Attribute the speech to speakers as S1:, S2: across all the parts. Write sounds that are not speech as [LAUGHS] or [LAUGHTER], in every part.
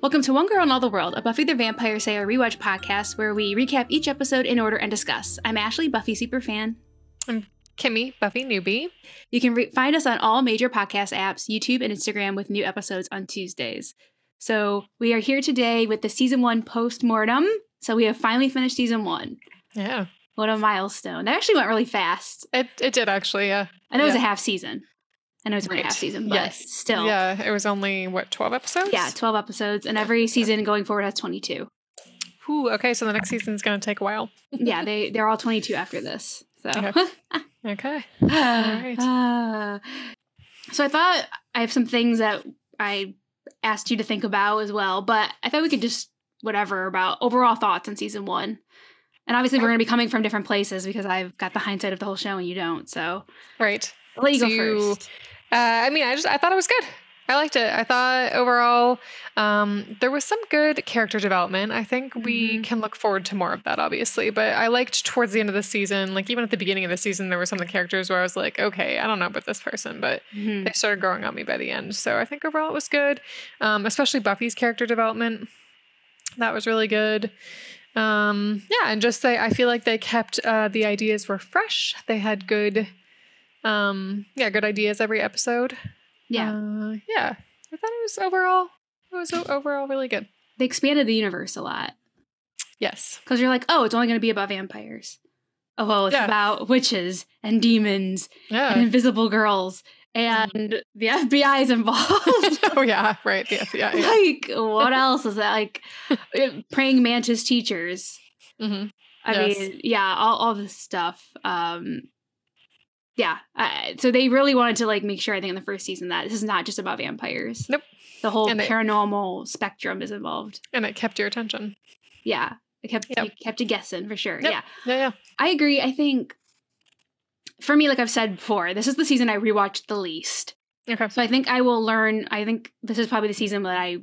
S1: Welcome to One Girl in All the World, a Buffy the Vampire Slayer rewatch podcast where we recap each episode in order and discuss. I'm Ashley, Buffy superfan.
S2: Kimmy, Buffy newbie.
S1: You can re- find us on all major podcast apps, YouTube, and Instagram with new episodes on Tuesdays. So we are here today with the season one postmortem. So we have finally finished season one.
S2: Yeah,
S1: What a milestone! That actually went really fast.
S2: it it did actually. Yeah,
S1: I know it was a
S2: Yeah.
S1: half season. I know it's only a half
S2: Right.
S1: season, but
S2: Yes.
S1: still,
S2: yeah. It was only what twelve episodes.
S1: yeah, twelve episodes, and every season going forward has twenty-two.
S2: Ooh, okay, so the next season's gonna take a while.
S1: yeah, they they're all twenty-two after this. So.
S2: Okay. Okay. right.
S1: Uh, so I thought I have some things that I asked you to think about as well, but I thought we could just whatever about overall thoughts on season one. And obviously, we're going to be coming from different places because I've got the hindsight of the whole show and you don't. So
S2: Right.
S1: I'll let you
S2: So
S1: go
S2: you-
S1: first.
S2: Uh, I mean, I just I thought it was good. I liked it. I thought overall um, there was some good character development. I think we
S1: Mhm.
S2: can look forward to more of that, obviously. But I liked towards the end of the season, like even at the beginning of the season, there were some of the characters where I was like, okay, I don't know about this person, but
S1: Mhm.
S2: they started growing on me by the end. So I think overall it was good, um, especially Buffy's character development. That was really good. Um, yeah, and just they, I feel like they kept uh, the ideas were fresh. They had good, um, yeah, good ideas every episode.
S1: Yeah.
S2: uh, yeah. I thought it was overall, it was o- overall really good.
S1: They expanded the universe a lot
S2: Yes,
S1: because you're like, oh, it's only going to be about vampires. Oh, well, it's
S2: Yeah.
S1: about witches and demons and [LAUGHS]
S2: yeah. [LAUGHS]
S1: invisible girls, and the FBI is involved. [LAUGHS]
S2: oh yeah, right. The FBI. Yeah.
S1: like what else is that like uh, praying mantis teachers
S2: hmm
S1: i
S2: Yes.
S1: mean yeah all, all this stuff um yeah uh, so they really wanted to like make sure i think in the first season that this is not just about vampires
S2: Nope.
S1: the whole
S2: And it-
S1: paranormal spectrum is involved
S2: And it kept your attention.
S1: yeah it kept
S2: Yep.
S1: it kept you guessing for sure
S2: Yep.
S1: yeah
S2: Yeah, yeah.
S1: i agree i think for me like i've said before this is the season i rewatched the least
S2: Okay.
S1: so I think I will learn. I think this is probably the season that I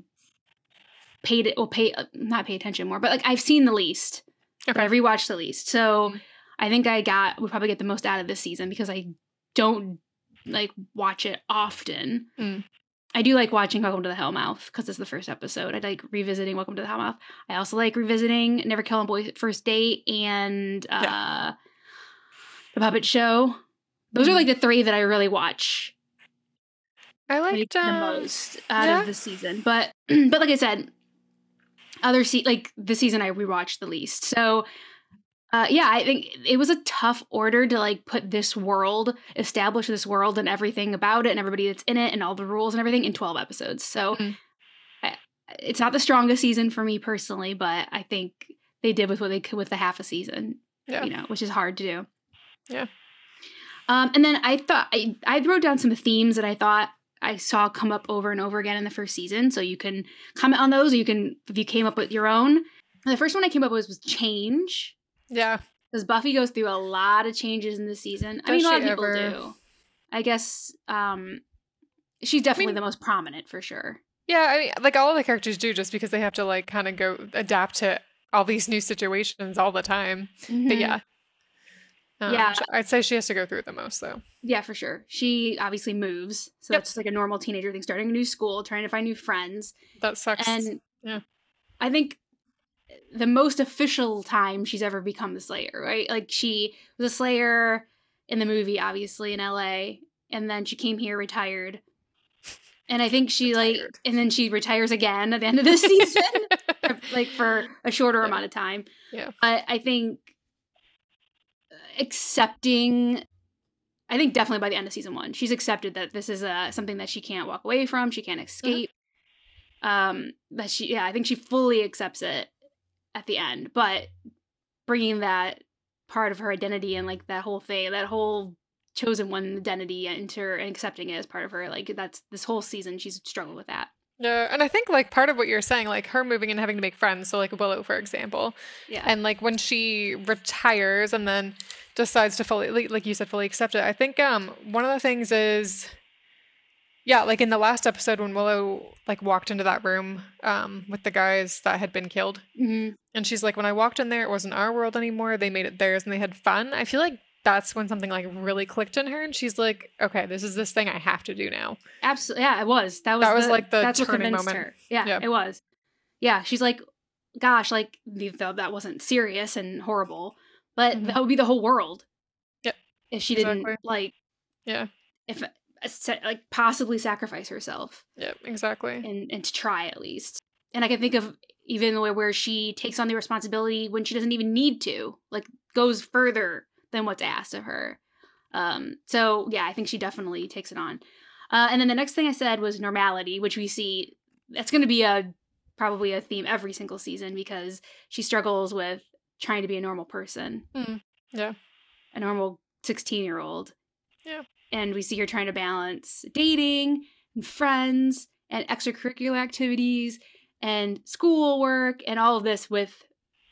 S1: paid it, well, pay uh, not pay attention more, but like I've seen the least. But I
S2: Okay.
S1: rewatched the least, so
S2: Mhm.
S1: I think I got would probably get the most out of this season because I don't like watch it often.
S2: Mm.
S1: I do like watching Welcome to the Hellmouth because it's the first episode. I like revisiting Welcome to the Hellmouth. I also like revisiting Never Kill a Boy First Date and uh, The Puppet Show. Those are
S2: Mhm.
S1: like the three that I really watch
S2: I
S1: like
S2: liked
S1: the
S2: um,
S1: most out
S2: yeah.
S1: of the season. But [CLEARS THROAT] but like I said, other se- like the season I rewatched the least. So uh, yeah, I think it was a tough order to like put this world, establish this world and everything about it and everybody that's in it and all the rules and everything in 12 episodes. So
S2: Mhm.
S1: I, it's not the strongest season for me personally, but I think they did with what they could with the half a season
S2: Yeah.
S1: you know, which is hard to do.
S2: Yeah.
S1: Um, and then I thought I, I wrote down some themes that I thought I saw come up over and over again in the first season. So you can comment on those, or you can if you came up with your own. And the first one I came up with was change,
S2: Yeah.
S1: because Buffy goes through a lot of changes in this season. I
S2: Does
S1: mean, a lot
S2: she
S1: of people
S2: ever?
S1: do. I guess um, she's definitely
S2: mean-
S1: the most prominent for sure.
S2: Yeah, I mean, like all the characters do, just because they have to like kind of go adapt to all these new situations all the time. But
S1: Mhm.
S2: yeah, um,
S1: Yeah.
S2: sh- I'd say she has to go through it the most, though.
S1: Yeah, for sure. She obviously moves, so
S2: Yep.
S1: that's like a normal teenager thing: starting a new school, trying to find new friends.
S2: That sucks.
S1: and
S2: yeah.
S1: I think the most official time she's ever become the Slayer, right? Like she was a Slayer in the movie, obviously in L.A., and then she came here retired. And I think she like,
S2: Retired.
S1: and then she retires again at the [LAUGHS] end of this
S2: [LAUGHS]
S1: season, [LAUGHS] like for a shorter
S2: Yeah.
S1: amount of time.
S2: Yeah.
S1: but I think accepting. I think definitely by the end of season one, she's accepted that this is uh, something that she can't walk away from. She
S2: Mm-hmm.
S1: can't escape um that she yeah i think she fully accepts it at the end but bringing that part of her identity and like that whole thing that whole chosen one identity into her and accepting it as part of her like that's this whole season she's struggled with that
S2: no, and I think like part of what you're saying, like her moving and having to make friends. So like Willow, for example,
S1: yeah
S2: and like when she retires and then decides to fully like- like you said fully accept it i think um one of the things is yeah like in the last episode when willow like walked into that room um with the guys that had been killed
S1: Mhm.
S2: and she's like when i walked in there it wasn't our world anymore they made it theirs and they had fun i feel like that's when something like really clicked in her and she's like okay this is this thing i have to do now
S1: absolutely yeah it was that was
S2: That was,
S1: the-
S2: like, the
S1: that's what
S2: turning
S1: convinced
S2: moment.
S1: her yeah,
S2: Yeah.
S1: it was yeah, she's like, gosh, like th- though that wasn't serious and horrible, but
S2: Mhm.
S1: that would be the whole world.
S2: Yep.
S1: If she
S2: Exactly.
S1: didn't like
S2: Yeah.
S1: if uh, sa- like possibly sacrifice herself
S2: Yep, exactly.
S1: and and to try at least. And I can think of even the way where she takes on the responsibility when she doesn't even need to, like goes further than what's asked of her. Um, so yeah, I think she definitely takes it on. Uh, and then the next thing I said was normality, which we see that's going to be a probably a theme every single season because she struggles with trying to be a normal person.
S2: Mm, yeah.
S1: A normal 16 year old.
S2: Yeah.
S1: And we see her trying to balance dating and friends and extracurricular activities and schoolwork and all of this with,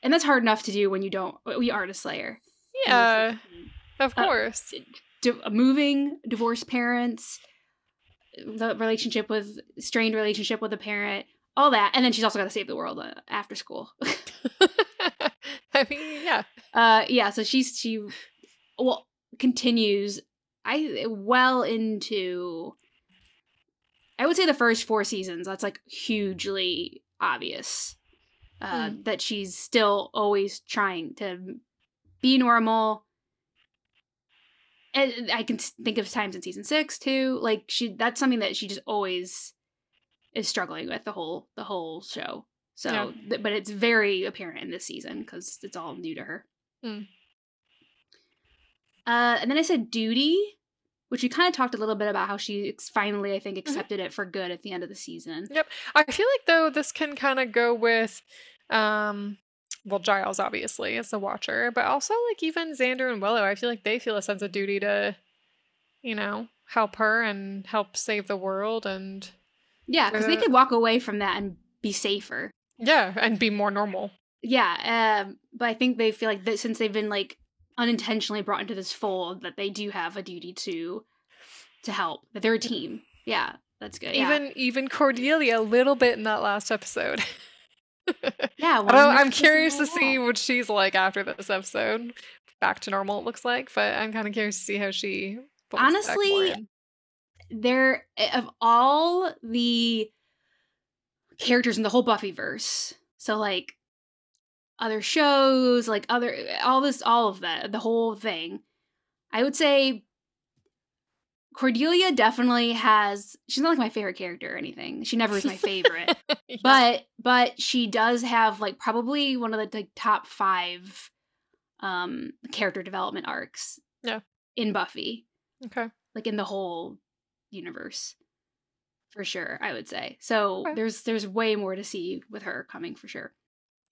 S1: and that's hard enough to do when you don't, we are a slayer. When you're
S2: Yeah,
S1: 16.
S2: of
S1: uh,
S2: course. [LAUGHS]
S1: Di- uh, moving, divorced parents, the relationship with, strained relationship with a parent, all that. And then she's also got to save the world uh, after school. [LAUGHS]
S2: I mean, yeah.
S1: uh yeah so she's she well continues i well into i would say the first four seasons that's like hugely obvious uh
S2: Hmm.
S1: that she's still always trying to be normal and i can s- think of times in season six too like she that's something that she just always is struggling with the whole the whole show so
S2: Yeah.
S1: th- but it's very apparent in this season because it's all new to her
S2: Mm.
S1: uh and then i said duty which we kind of talked a little bit about how she ex- finally i
S2: Mm-hmm.
S1: think accepted it for good at the end of the season
S2: I feel like though this can kind of go with um well Giles obviously as the watcher, but also like even Xander and Willow, I feel like they feel a sense of duty to you know, help her and help save the world and
S1: yeah because they
S2: Uh,
S1: could walk away from that and be safer
S2: yeah, and be more normal.
S1: Yeah, um, but I think they feel like that since they've been like unintentionally brought into this fold, that they do have a duty to to help. That they're a team. Yeah, that's good. Yeah.
S2: Even even Cordelia a little bit in that last episode. [LAUGHS]
S1: yeah. one
S2: Although
S1: of the [LAUGHS]
S2: I'm
S1: pieces
S2: curious
S1: of
S2: to
S1: the
S2: see
S1: wall.
S2: what she's like after this episode. Back to normal, it looks like, but I'm kind of curious to see how she. folds back
S1: Honestly,
S2: more in.
S1: They're eh, of all the characters in the whole Buffyverse. So like other shows, like other eh, all this, all of that, the whole thing. I would say Cordelia definitely has. She's not like my favorite character or anything. She never was my
S2: [LAUGHS]
S1: favorite.
S2: Yeah.
S1: but but she does have like probably one of the like, top five um character development arcs
S2: Yeah.
S1: in buffy
S2: okay,
S1: like in the whole universe for sure i would say so
S2: Okay.
S1: there's there's way more to see with her coming for sure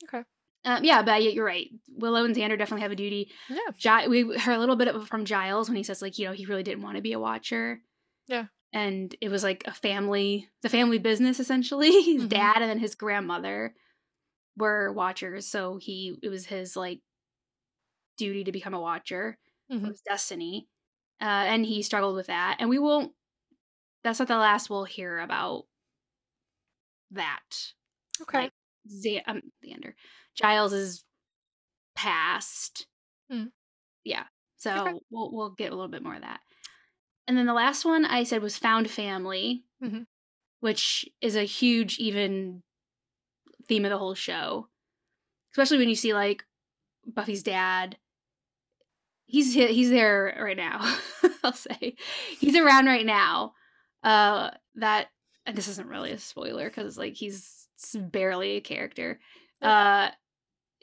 S2: Okay.
S1: um, yeah but yeah, you're right willow and xander definitely have a duty
S2: yeah,
S1: Gi- we heard a little bit of- from Giles when he says like you know he really didn't want to be a watcher.
S2: Yeah.
S1: And it was like a family, the family business essentially. [LAUGHS] His
S2: Mhm.
S1: dad and then his grandmother were watchers, so he it was his like duty to become a watcher. It
S2: Mhm.
S1: was destiny, uh, and he struggled with that. And we won't. That's not the last we'll hear about that.
S2: okay,
S1: Like, Z- um, Xander, Giles's past.
S2: Hmm.
S1: Yeah, so we'll we'll get a little bit more of that. And then the last one I said was found family,
S2: Mhm.
S1: which is a huge even theme of the whole show, especially when you see like Buffy's dad. He's he- he's there right now. [LAUGHS] I'll say he's around right now. Uh, that and this isn't really a spoiler because like he's s- barely a character. Uh,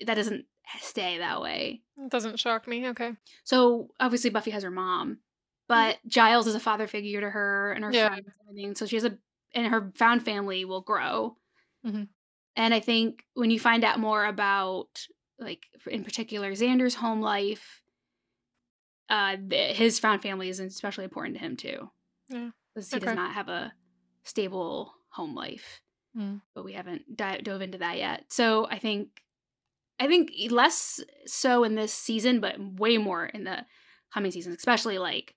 S1: that doesn't stay that way.
S2: It doesn't shock me. Okay,
S1: So obviously Buffy has her mom, but Giles is a father figure to her and her
S2: Yeah.
S1: friends and everything. So she has a and her found family will grow.
S2: Mhm.
S1: And I think when you find out more about like in particular Xander's home life, uh, th- his found family is especially important to him too.
S2: Yeah.
S1: because he
S2: Okay.
S1: does not have a stable home life
S2: Mm.
S1: but we haven't di- dove into that yet. So I think, I think e, less so in this season, but way more in the coming seasons, especially like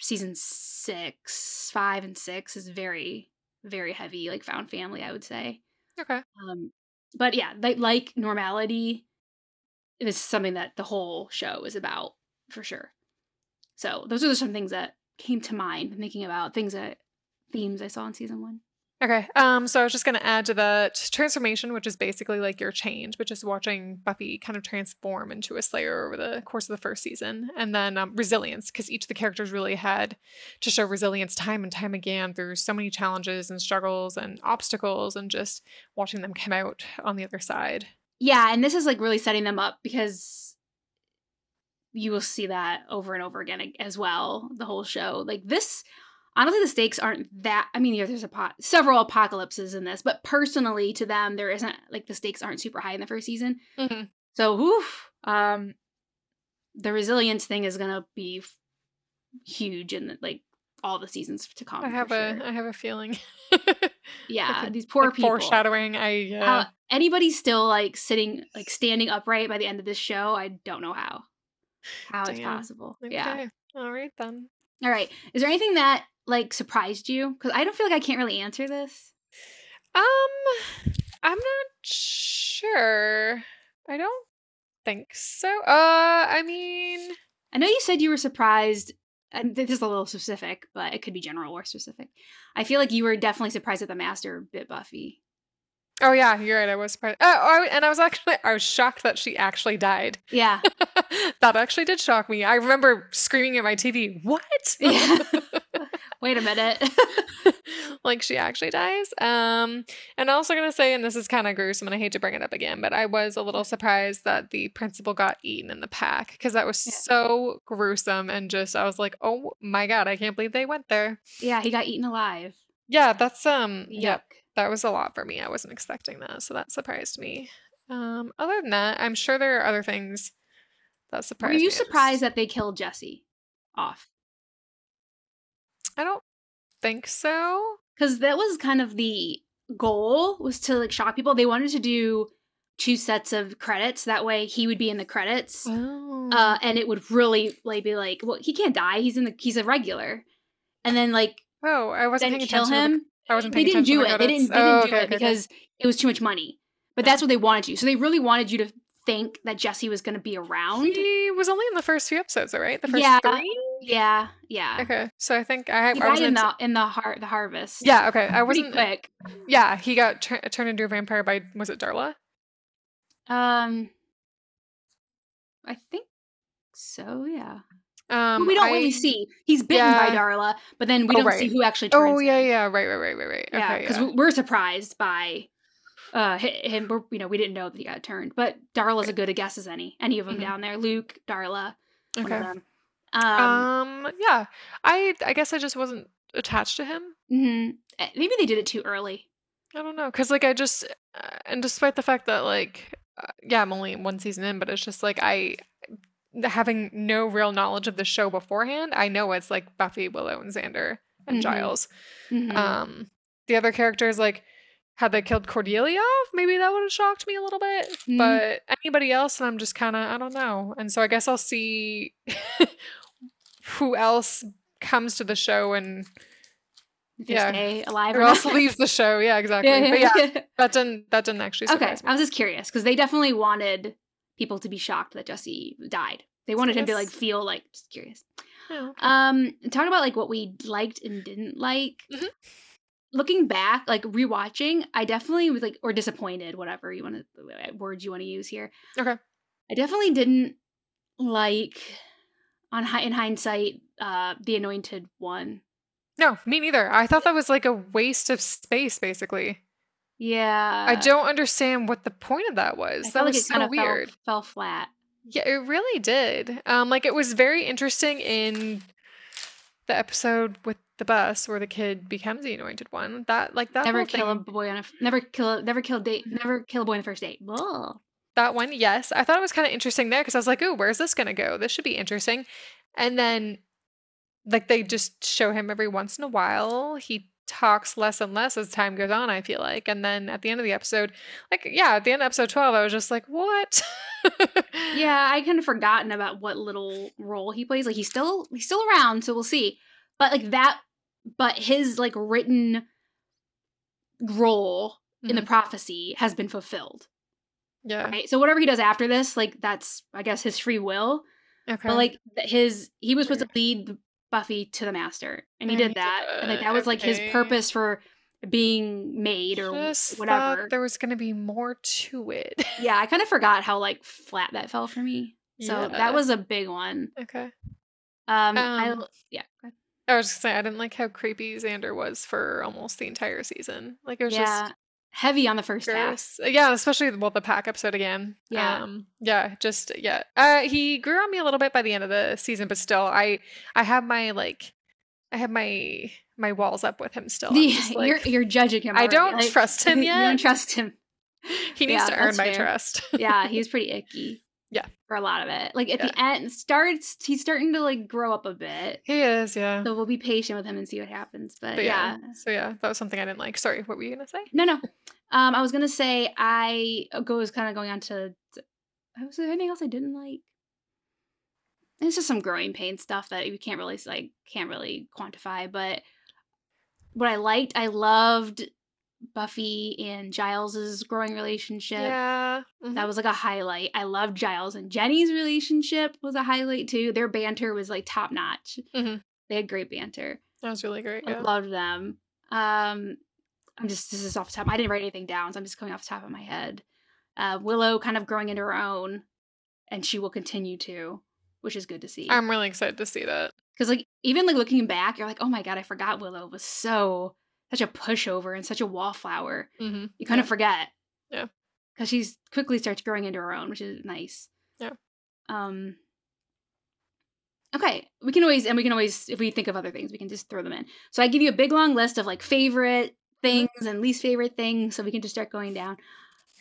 S1: season six, five, and six is very, very heavy, like found family, I would say.
S2: okay,
S1: Um, but yeah, like, like normality, this is something that the whole show is about for sure. So those are some things that came to mind thinking about things that themes I saw in season one.
S2: Okay. Um, so I was just gonna add to that transformation, which is basically like your change, which is watching Buffy kind of transform into a Slayer over the course of the first season, and then um, resilience, because each of the characters really had to show resilience time and time again through so many challenges and struggles and obstacles, and just watching them come out on the other side.
S1: Yeah, and this is like really setting them up because you will see that over and over again as well. The whole show, like this, honestly, the stakes aren't that. I mean, yeah, there's a pot, several apocalypses in this, but personally to them, there isn't like the stakes aren't super high in the first season.
S2: Mm-hmm.
S1: So, oof, um, the resilience thing is gonna be f- huge in like all the seasons to come.
S2: I have
S1: for
S2: a uh,
S1: sure.
S2: I have a feeling. [LAUGHS]
S1: yeah,
S2: like a-
S1: these poor
S2: Like
S1: people.
S2: foreshadowing. I uh,
S1: How anybody's still like sitting, like standing upright by the end of this show, I don't know how. How it's
S2: Damn.
S1: possible.
S2: okay.
S1: Yeah.
S2: All right then.
S1: All right. Is there anything that like surprised you? Because I don't feel like I can't really answer this.
S2: Um, I'm not sure. I don't think so. Uh, I mean,
S1: I know you said you were surprised. And this is a little specific, but it could be general or specific. I feel like you were definitely surprised at the master bit Buffy.
S2: oh yeah, you're right. I was surprised. Oh, I, and I was actually, I was shocked that she actually died. [LAUGHS]
S1: Yeah.
S2: that actually did shock me. I remember screaming at my TV, "What?"
S1: Yeah.
S2: [LAUGHS]
S1: Wait a minute.
S2: like she actually dies. Um, and I'm also gonna say, and this is kind of gruesome, and I hate to bring it up again, but I was a little surprised that the principal got eaten in the pack because that was
S1: Yeah.
S2: so gruesome, and just I was like, oh my god, I can't believe they went there.
S1: yeah, he got eaten alive.
S2: Yeah, that's um,
S1: Yuck.
S2: yeah, that was a lot for me. I wasn't expecting that, so that surprised me. Um, other than that, I'm sure there are other things that
S1: Were
S2: surprised. me. I
S1: you
S2: just-
S1: surprised that they killed Jesse off?
S2: I don't think so.
S1: because that was kind of the goal was to like shock people they wanted to do two sets of credits that way he would be in the credits
S2: Oh.
S1: uh and it would really like be like well he can't die he's in the he's a regular and then like
S2: oh, I wasn't
S1: then
S2: paying
S1: kill
S2: attention. to the-
S1: him
S2: I wasn't
S1: they didn't
S2: paying attention
S1: do
S2: to the
S1: it they didn't,
S2: credits.
S1: they didn't
S2: Oh,
S1: do
S2: okay,
S1: it
S2: okay, okay.
S1: because it was too much money but that's what they wanted you so they really wanted you to think that jesse was going to be around
S2: He was only in the first few episodes, though, right? The first
S1: Yeah.
S2: three.
S1: yeah yeah
S2: Okay, so I think I,
S1: he
S2: I
S1: died
S2: wasn't.
S1: in
S2: ex-
S1: the in the heart the harvest
S2: yeah. Okay, I
S1: pretty
S2: wasn't.
S1: quick
S2: Yeah, he got tur- turned into a vampire by was it Darla?
S1: Um, I think so. Yeah,
S2: Um,
S1: But we don't
S2: I-
S1: really see. He's bitten by
S2: yeah.
S1: Darla, but then we
S2: Oh,
S1: don't see
S2: right.
S1: who actually turns.
S2: Oh yeah,
S1: him.
S2: yeah, right, right, right, right, right.
S1: yeah,
S2: okay,
S1: because we're surprised by uh hi- him. We're, you know, we didn't know that he got turned, but Darla's a good a guess as any. Any of them
S2: Mhm.
S1: down there, Luke, Darla,
S2: yeah.
S1: one of
S2: okay.
S1: them. Um,
S2: Um, yeah, I I guess I just wasn't attached to him.
S1: mhm. Eh, maybe they did it too early.
S2: I don't know, cause like I just, uh, and despite the fact that like, uh, yeah, I'm only one season in, but it's just like I, having no real knowledge of the show beforehand, I know it's like Buffy, Willow, and Xander and
S1: Mhm.
S2: Giles.
S1: Mhm.
S2: Um, the other characters like had they killed Cordelia off, maybe that would have shocked me a little bit.
S1: Mm.
S2: But anybody else, and I'm just kind of I don't know. And so I guess I'll see [LAUGHS] who else comes to the show and
S1: If they
S2: yeah.
S1: stay alive
S2: who
S1: or not. [LAUGHS]
S2: else leaves the show. Yeah, exactly. But yeah, that didn't that didn't actually
S1: okay,
S2: surprise me.
S1: I was just curious because they definitely wanted people to be shocked that Jesse died. They wanted him to like
S2: Yes.
S1: feel like just curious.
S2: No.
S1: Um, talk about like what we liked and didn't like.
S2: Mhm.
S1: Looking back, like rewatching, I definitely was like or disappointed, whatever you want to words you want to use here.
S2: Okay.
S1: I definitely didn't like on hi- in hindsight uh the anointed one.
S2: No, me neither. I thought that was like a waste of space, basically.
S1: Yeah,
S2: I don't understand what the point of that
S1: Uh, I
S2: was.
S1: felt
S2: that
S1: like
S2: was
S1: it
S2: so
S1: kinda fell-
S2: weird.
S1: Fell, flat.
S2: Yeah, it really did. Um, like it was very interesting in the episode with the bus where the kid becomes the anointed one. That like that
S1: never
S2: whole
S1: kill a
S2: thing,
S1: boy on a f- never kill a- never kill date never kill a boy on the first date. Blah.
S2: that one. Yes, I thought it was kind of interesting there because I was like, "Oh, where's this gonna go? This should be interesting." And then, like they just show him every once in a while. He talks less and less as time goes on. I feel like, and then at the end of the episode, like yeah, at the end of episode twelve, I was just like, "What?"
S1: Yeah, I kind of forgotten about what little role he plays. Like he's still he's still around, so we'll see. But like that, but his like written role in the
S2: Mhm.
S1: prophecy has been fulfilled.
S2: [LAUGHS] yeah.
S1: Right. So whatever he does after this, like that's I guess his free will.
S2: Okay.
S1: But like th- his he was supposed to
S2: Weird.
S1: lead Buffy to the master, and he
S2: And he
S1: did
S2: did
S1: that. And like
S2: that,
S1: that was like his
S2: okay.
S1: purpose for being made or
S2: Just
S1: whatever.
S2: thought there was going to be more to it.
S1: yeah, I kind of forgot how like flat that fell for me. So
S2: Yeah.
S1: that was a big one.
S2: [LAUGHS] okay.
S1: Um, I-
S2: Um,
S1: yeah, go ahead.
S2: I was just saying I didn't like how creepy Xander was for almost the entire season. Like it was
S1: yeah, heavy on the first [LAUGHS]
S2: just
S1: half.
S2: gross. Uh, Yeah, especially well the pack episode again.
S1: Yeah.
S2: Um, yeah, just yeah. Uh he grew on me a little bit by the end of the season, but still I I have my like I have my my walls up with
S1: [LAUGHS]
S2: him still. I'm
S1: Yeah,
S2: just like,
S1: you're you're judging him.
S2: I
S1: already,
S2: don't
S1: like, [LAUGHS]
S2: trust him
S1: You don't
S2: yet.
S1: trust him.
S2: [LAUGHS] he needs
S1: yeah,
S2: to earn
S1: that's
S2: my
S1: fair.
S2: trust. [LAUGHS]
S1: yeah, he's pretty icky.
S2: Yeah.
S1: For a lot of it. Like at the end starts he's starting to like grow up a bit.
S2: he is, yeah.
S1: So we'll be patient with him and see what happens. But,
S2: But
S1: yeah.
S2: yeah. So yeah, that was something I didn't like. Sorry, what were you gonna say?
S1: No, no. Um I was gonna say I uh, goes kind of going on to was there anything else I didn't like? It's just some growing pain stuff that you can't really like can't really quantify, but what I liked, I loved Buffy and Giles's growing relationship.
S2: Yeah. mhm.
S1: That was like a highlight. I love Giles and Jenny's relationship was a highlight too. Their banter was like top notch.
S2: Mhm.
S1: They had great banter.
S2: that was really great.
S1: I
S2: Yeah.
S1: loved them. Um, I'm just this is off the top. I didn't write anything down, so I'm just coming off the top of my head. Uh, Willow kind of growing into her own, and she will continue to, which is good to see.
S2: I'm really excited to see that.
S1: Because like even like looking back, you're like, oh my god, I forgot Willow was so such a pushover and such a wallflower.
S2: Mm-hmm.
S1: You kind
S2: Yeah.
S1: of forget.
S2: Yeah.
S1: Because she's quickly starts growing into her own, which is nice.
S2: Yeah.
S1: Um. Okay, we can always and we can always if we think of other things, we can just throw them in. So I give you a big long list of like favorite
S2: Mm-hmm.
S1: things and least favorite things, so we can just start going down.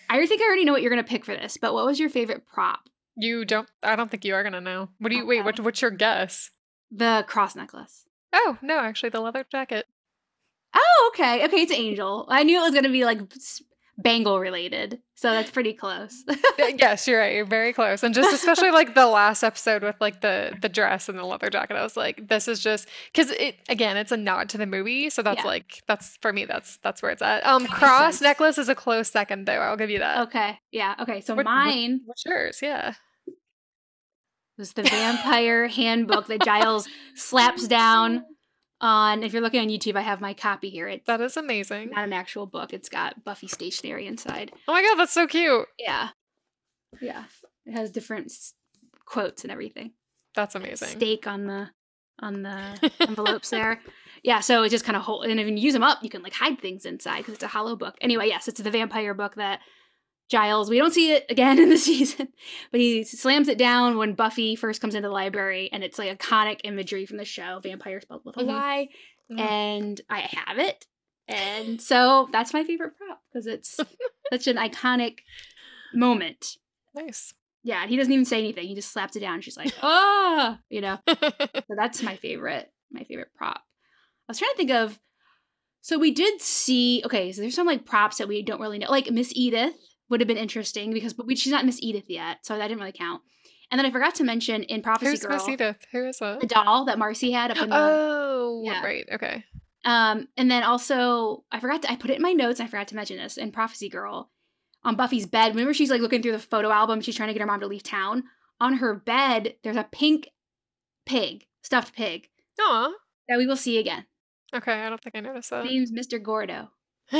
S1: I already think I already know what you're gonna pick for this, but what was your favorite prop?
S2: You don't. I don't think you are gonna know. What do you wait?
S1: Okay.
S2: What, what's your guess?
S1: The cross necklace.
S2: Oh no, actually, the leather jacket.
S1: Oh, okay, okay, it's Angel. I knew it was gonna be like s- bangle related, so that's pretty
S2: [LAUGHS]
S1: close. [LAUGHS]
S2: Y- yes, you're right. You're very close. And just especially like the last episode with like the the dress and the leather jacket. I was like, this is just because it again, it's a nod to the movie. So that's
S1: Yeah.
S2: like that's for me. That's that's where it's at. Um,
S1: makes
S2: cross
S1: sense.
S2: necklace is a close second though. I'll give you that.
S1: okay, yeah, okay. So
S2: What- what-
S1: mine.
S2: What's yours? Yeah.
S1: It was the vampire handbook that Giles slaps down on. If you're looking on YouTube, I have my copy here. It's
S2: That is amazing.
S1: not an actual book, it's got Buffy stationery inside.
S2: Oh my god, that's so cute.
S1: Yeah. Yeah. It has different s- quotes and everything.
S2: That's amazing.
S1: Stake on the on the envelopes there. Yeah, so it just kind of hold and if you use them up, you can like hide things inside because it's a hollow book. Anyway, yes, it's the vampire book that Giles. We don't see it again [LAUGHS] in the season, but he slams it down when Buffy first comes into the library, and it's like iconic imagery from the show, vampire spelled with a
S2: Mhm.
S1: Y,
S2: Mhm.
S1: and I have it, and so that's my favorite prop because it's such an iconic moment.
S2: nice.
S1: Yeah, and he doesn't even say anything; he just slaps it down. And she's like, "Ah,"
S2: [LAUGHS]
S1: you know. So that's my favorite, my favorite prop. I was trying to think of. So we did see. Okay, so there's some like props that we don't really know. Like Miss Edith would have been interesting because, but we, she's not Miss Edith yet, so that didn't really count. And then I forgot to mention in Prophecy
S2: Who's
S1: Girl
S2: Miss Edith? Who is that?
S1: the doll that Marcy had up
S2: [GASPS]
S1: in the.
S2: Oh,
S1: Yeah.
S2: right. Okay.
S1: Um, and then also I forgot to I put it in my notes. And I forgot to mention this in Prophecy Girl, on Buffy's bed. Remember, she's like looking through the photo album. She's trying to get her mom to leave town. On her bed, there's a pink pig, stuffed pig
S2: Aw.
S1: that we will see again.
S2: Okay, I don't think I noticed that.
S1: name's Mr. Gordo.
S2: [LAUGHS]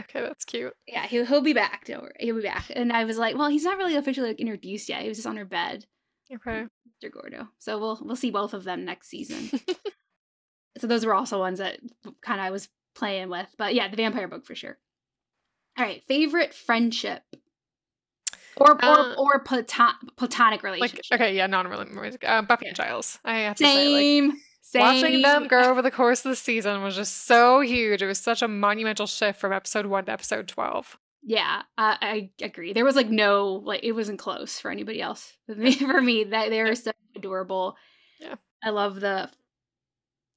S2: okay, that's cute.
S1: Yeah, he'll he'll be back. Don't worry, he'll be back. And I was like, well, he's not really officially like introduced yet. He was just on her bed,
S2: Okay.
S1: Mr. Gordo. So we'll we'll see both of them next
S2: [LAUGHS]
S1: season. so those were also ones that kind of I was playing with, but yeah, the vampire book for sure. All right, favorite friendship. Or or
S2: Uh,
S1: or platon- platonic
S2: Like
S1: relationship.
S2: okay, yeah, non romantic. Uh, Buffy and Giles. I have to say, like
S1: same, same.
S2: watching them grow over the course of the season was just so huge. It was such a monumental shift from episode one to episode twelve.
S1: Yeah, I, I agree. There was like no like it wasn't close for anybody else. For me, [LAUGHS] for me that they were so adorable.
S2: Yeah.
S1: I love the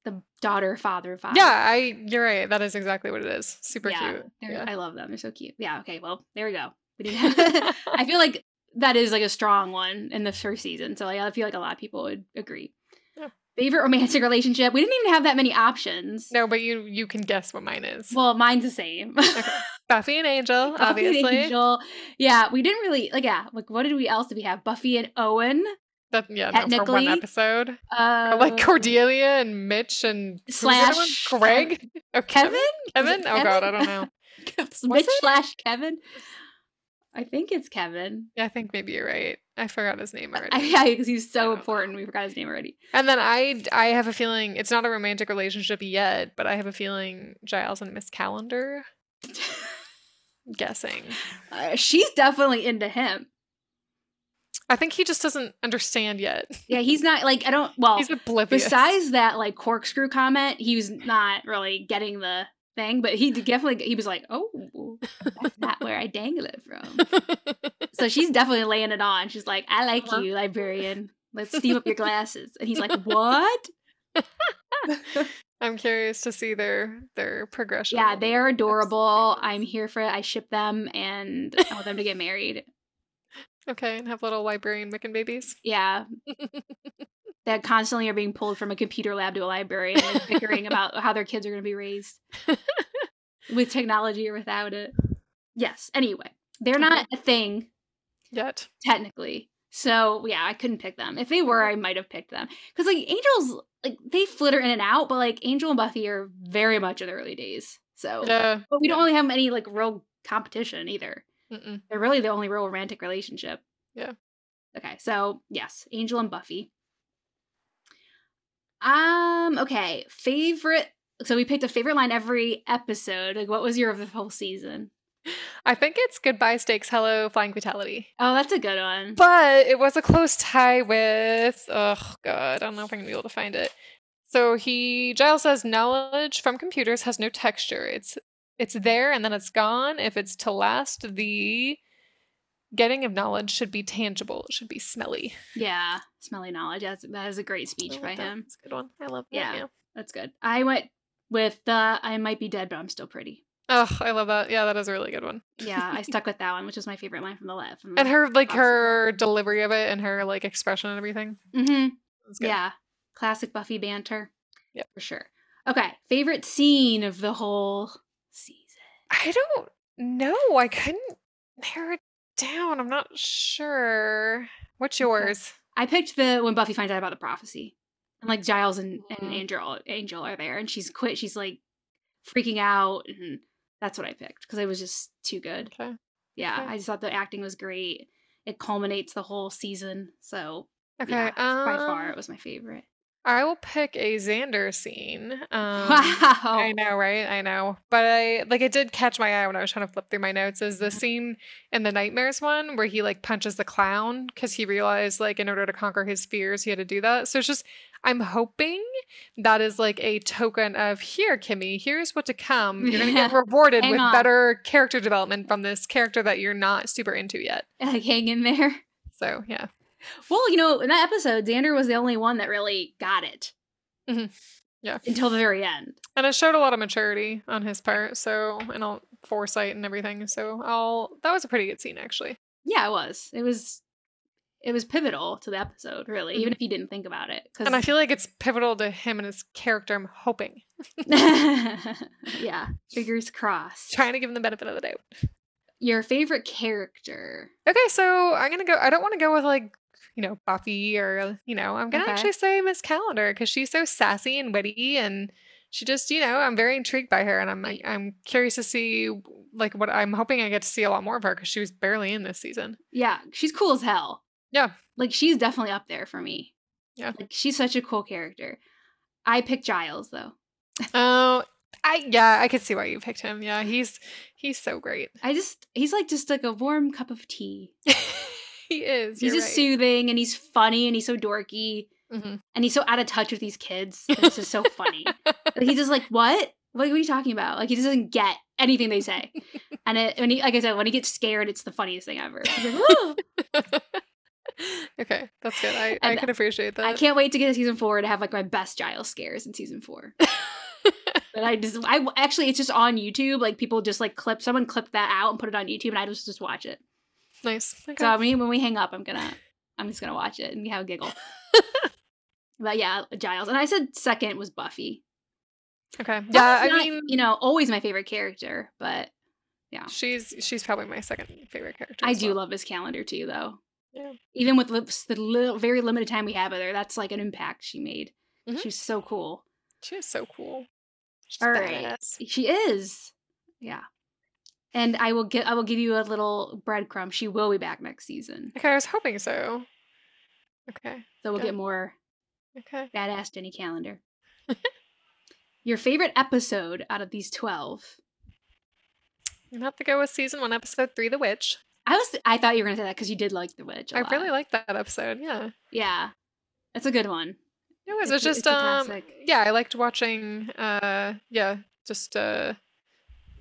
S1: the daughter father vibe.
S2: Yeah, I. You're right. That is exactly what it is. Super
S1: Yeah,
S2: cute.
S1: they're-
S2: Yeah.
S1: I love them. They're so cute. Yeah. Okay. Well, there we go. We
S2: [LAUGHS]
S1: didn't- [LAUGHS] I feel like that is like a strong one in the first season. So like, I feel like a lot of people would agree.
S2: Yeah.
S1: Favorite romantic relationship? We didn't even have that many options.
S2: No, but you you can guess what mine is.
S1: Well, mine's the same. [LAUGHS]
S2: Buffy and Angel,
S1: Buffy and
S2: [LAUGHS] obviously.
S1: Angel. Yeah, we didn't really like. Yeah, like what did we else did we have? Buffy and Owen.
S2: That yeah, no, for one
S1: Technically,
S2: episode.
S1: Uh,
S2: Or like Cordelia and Mitch and who's the other one?
S1: Slash um,
S2: Greg. Oh,
S1: Kevin?
S2: Kevin? Oh god, I don't
S1: [LAUGHS]
S2: know.
S1: know.
S2: Was
S1: Mitch
S2: it?
S1: slash Kevin. I think it's Kevin.
S2: Yeah, I think maybe you're right. I forgot his name already.
S1: I, [LAUGHS] yeah, because he's
S2: I
S1: so
S2: don't know.
S1: important. We forgot his name already.
S2: and then I I have a feeling it's not a romantic relationship yet, but I have a feeling Giles and Miss
S1: [LAUGHS]
S2: Calendar guessing.
S1: Uh, she's definitely into him.
S2: I think he just doesn't understand yet.
S1: Yeah, he's not like I don't. Well,
S2: He's oblivious.
S1: besides that like corkscrew comment, he was not really getting the thing. But he did definitely he was like, oh, that's not where I dangle it from. So she's definitely laying it on. She's like, I like
S2: Uh-huh.
S1: you, librarian. Let's steam up your glasses. And he's like, what?
S2: [LAUGHS] I'm curious to see their their progression.
S1: Yeah, they are adorable. I'm
S2: here.
S1: here for it. I ship them and I want them to get married.
S2: Okay, and have little librarian Wiccan babies.
S1: Yeah. that constantly are being pulled from a computer lab to a library and like, bickering about how their kids are going to be raised with technology or without it. Yes. Anyway, they're not a thing
S2: Yet.
S1: technically. So yeah, I couldn't pick them. If they were, I might have picked them because like angels, like they flitter in and out, but like Angel and Buffy are very much in the early days. So,
S2: Yeah.
S1: but we don't really have any like real competition either.
S2: Mm-mm.
S1: They're really the only real romantic relationship.
S2: Yeah.
S1: Okay, so yes, Angel and Buffy. Um, okay. Favorite so we picked a favorite line every episode. Like what was your of the whole season?
S2: I think it's goodbye stakes, hello flying fatality.
S1: Oh, that's a good one.
S2: But it was a close tie with. Oh god, I don't know if I'm gonna be able to find it. So he Giles says knowledge from computers has no texture. It's it's there and then it's gone. If it's to last, the getting of knowledge should be tangible. It should be smelly.
S1: yeah. Smelly knowledge. That's that is a great speech
S2: I
S1: by
S2: love that.
S1: him.
S2: That's a good one. I love that.
S1: Yeah.
S2: yeah.
S1: That's good. I went with the I might be dead, but I'm still pretty.
S2: Oh, I love that. Yeah, that is a really good one.
S1: Yeah,
S2: [LAUGHS]
S1: I stuck with that one, which is my favorite line from the left.
S2: And her like
S1: Mm-hmm. Awesome.
S2: her delivery of it and her like expression and everything.
S1: hmm
S2: It's good.
S1: Yeah. Classic Buffy banter.
S2: Yep.
S1: For sure. Okay. Favorite scene of the whole season.
S2: I don't know. I couldn't narrow it down. I'm not sure. What's yours?
S1: I picked the when Buffy finds out about the prophecy. And like Giles and, and
S2: Mhm.
S1: Angel Angel are there and she's quit she's like freaking out and that's what I picked because it was just too good.
S2: Okay.
S1: Yeah.
S2: Okay.
S1: I just thought the acting was great. It culminates the whole season. So
S2: Okay.
S1: yeah, by far
S2: um,
S1: it was my favorite.
S2: I will pick a Xander scene. Um,
S1: [LAUGHS] wow.
S2: I know, right? I know. But I like it did catch my eye when I was trying to flip through my notes is the
S1: Mhm.
S2: scene in the nightmares one where he like punches the clown because he realized like in order to conquer his fears he had to do that. So it's just I'm hoping that is like a token of here, Kimmy, here's what to come. You're
S1: [LAUGHS]
S2: gonna get
S1: Yeah.
S2: rewarded
S1: Hang
S2: with
S1: on.
S2: better character development from this character that you're not super into yet.
S1: [LAUGHS] Like hang in there.
S2: So yeah.
S1: Well, you know, in that episode, Xander was the only one that really got it. Mm-hmm.
S2: Mhm. Yeah.
S1: Until the very end.
S2: And it showed a lot of maturity on his part, so and all foresight and everything. So I'll that was a pretty good scene actually.
S1: Yeah, it was. It was. It was pivotal to the episode, really, even if you didn't think about it. 'cause-
S2: And I feel like it's pivotal to him and his character. I'm hoping.
S1: [LAUGHS] yeah, fingers crossed.
S2: Trying to give him the benefit of the doubt.
S1: Your favorite character?
S2: Okay, so I'm gonna go. I don't want to go with like, you know, Buffy or you know. I'm gonna
S1: Okay.
S2: actually say Miss Calendar because she's so sassy and witty, and she just, you know, I'm very intrigued by her, and I'm like, I'm curious to see like what I'm hoping I get to see a lot more of her because she was barely in this
S1: [LAUGHS]
S2: season.
S1: Yeah, she's cool as hell.
S2: Yeah.
S1: like she's definitely up there for me.
S2: Yeah.
S1: like she's such a cool character. I picked Giles though.
S2: Oh, I yeah, I could see why you picked him. Yeah, he's he's so great. [LAUGHS]
S1: I just he's like just like a warm cup of tea.
S2: he is.
S1: He's
S2: you're
S1: just
S2: right.
S1: soothing and he's funny and he's so dorky
S2: Mhm.
S1: and he's so out of touch with these
S2: [LAUGHS]
S1: kids. This is so funny. Like, he's just like, what? What are you talking about? Like he just doesn't get anything they
S2: [LAUGHS]
S1: say. And it, when he, like I said, when he gets scared, it's the funniest thing ever. He's like, "Woo!"
S2: [LAUGHS] okay, that's good. I, I
S1: And
S2: can appreciate that.
S1: I can't wait to get to season four to have like my best Giles scares in season four.
S2: [LAUGHS]
S1: but I just, I actually, it's just on YouTube. Like people just like clip, someone clipped that out and put it on YouTube, and I just just watch it.
S2: Nice. Okay.
S1: So I mean, when we hang up, I'm gonna, I'm just gonna watch it and have a
S2: [LAUGHS]
S1: giggle. but yeah, Giles, and I said second was Buffy.
S2: okay. Yeah, I
S1: Buffy's not,
S2: mean,
S1: you know, always my favorite character, but
S2: she's she's probably my second favorite character.
S1: I
S2: as
S1: do
S2: well.
S1: love his calendar too, though.
S2: Yeah.
S1: Even with lips, the little, very limited time we had with her, that's like an impact she made.
S2: Mhm.
S1: She was so cool.
S2: She is so cool. She's
S1: All right,
S2: badass.
S1: she is. Yeah. And I will get. I will give you a little breadcrumb. She will be back next season,
S2: Okay, I was hoping so. Okay.
S1: so we'll
S2: Yeah.
S1: get more
S2: Okay.
S1: badass Jenny Calendar. [LAUGHS] Your favorite episode out of these twelve?
S2: I'm gonna have to go with season one, episode three, The Witch.
S1: I was. I thought you were gonna say that because you did like the witch. I
S2: I really like that episode. Yeah.
S1: Yeah, that's a good one.
S2: It was.
S1: It's
S2: It's,
S1: a-
S2: just
S1: it's a
S2: um
S1: classic.
S2: yeah, I liked watching uh yeah, just uh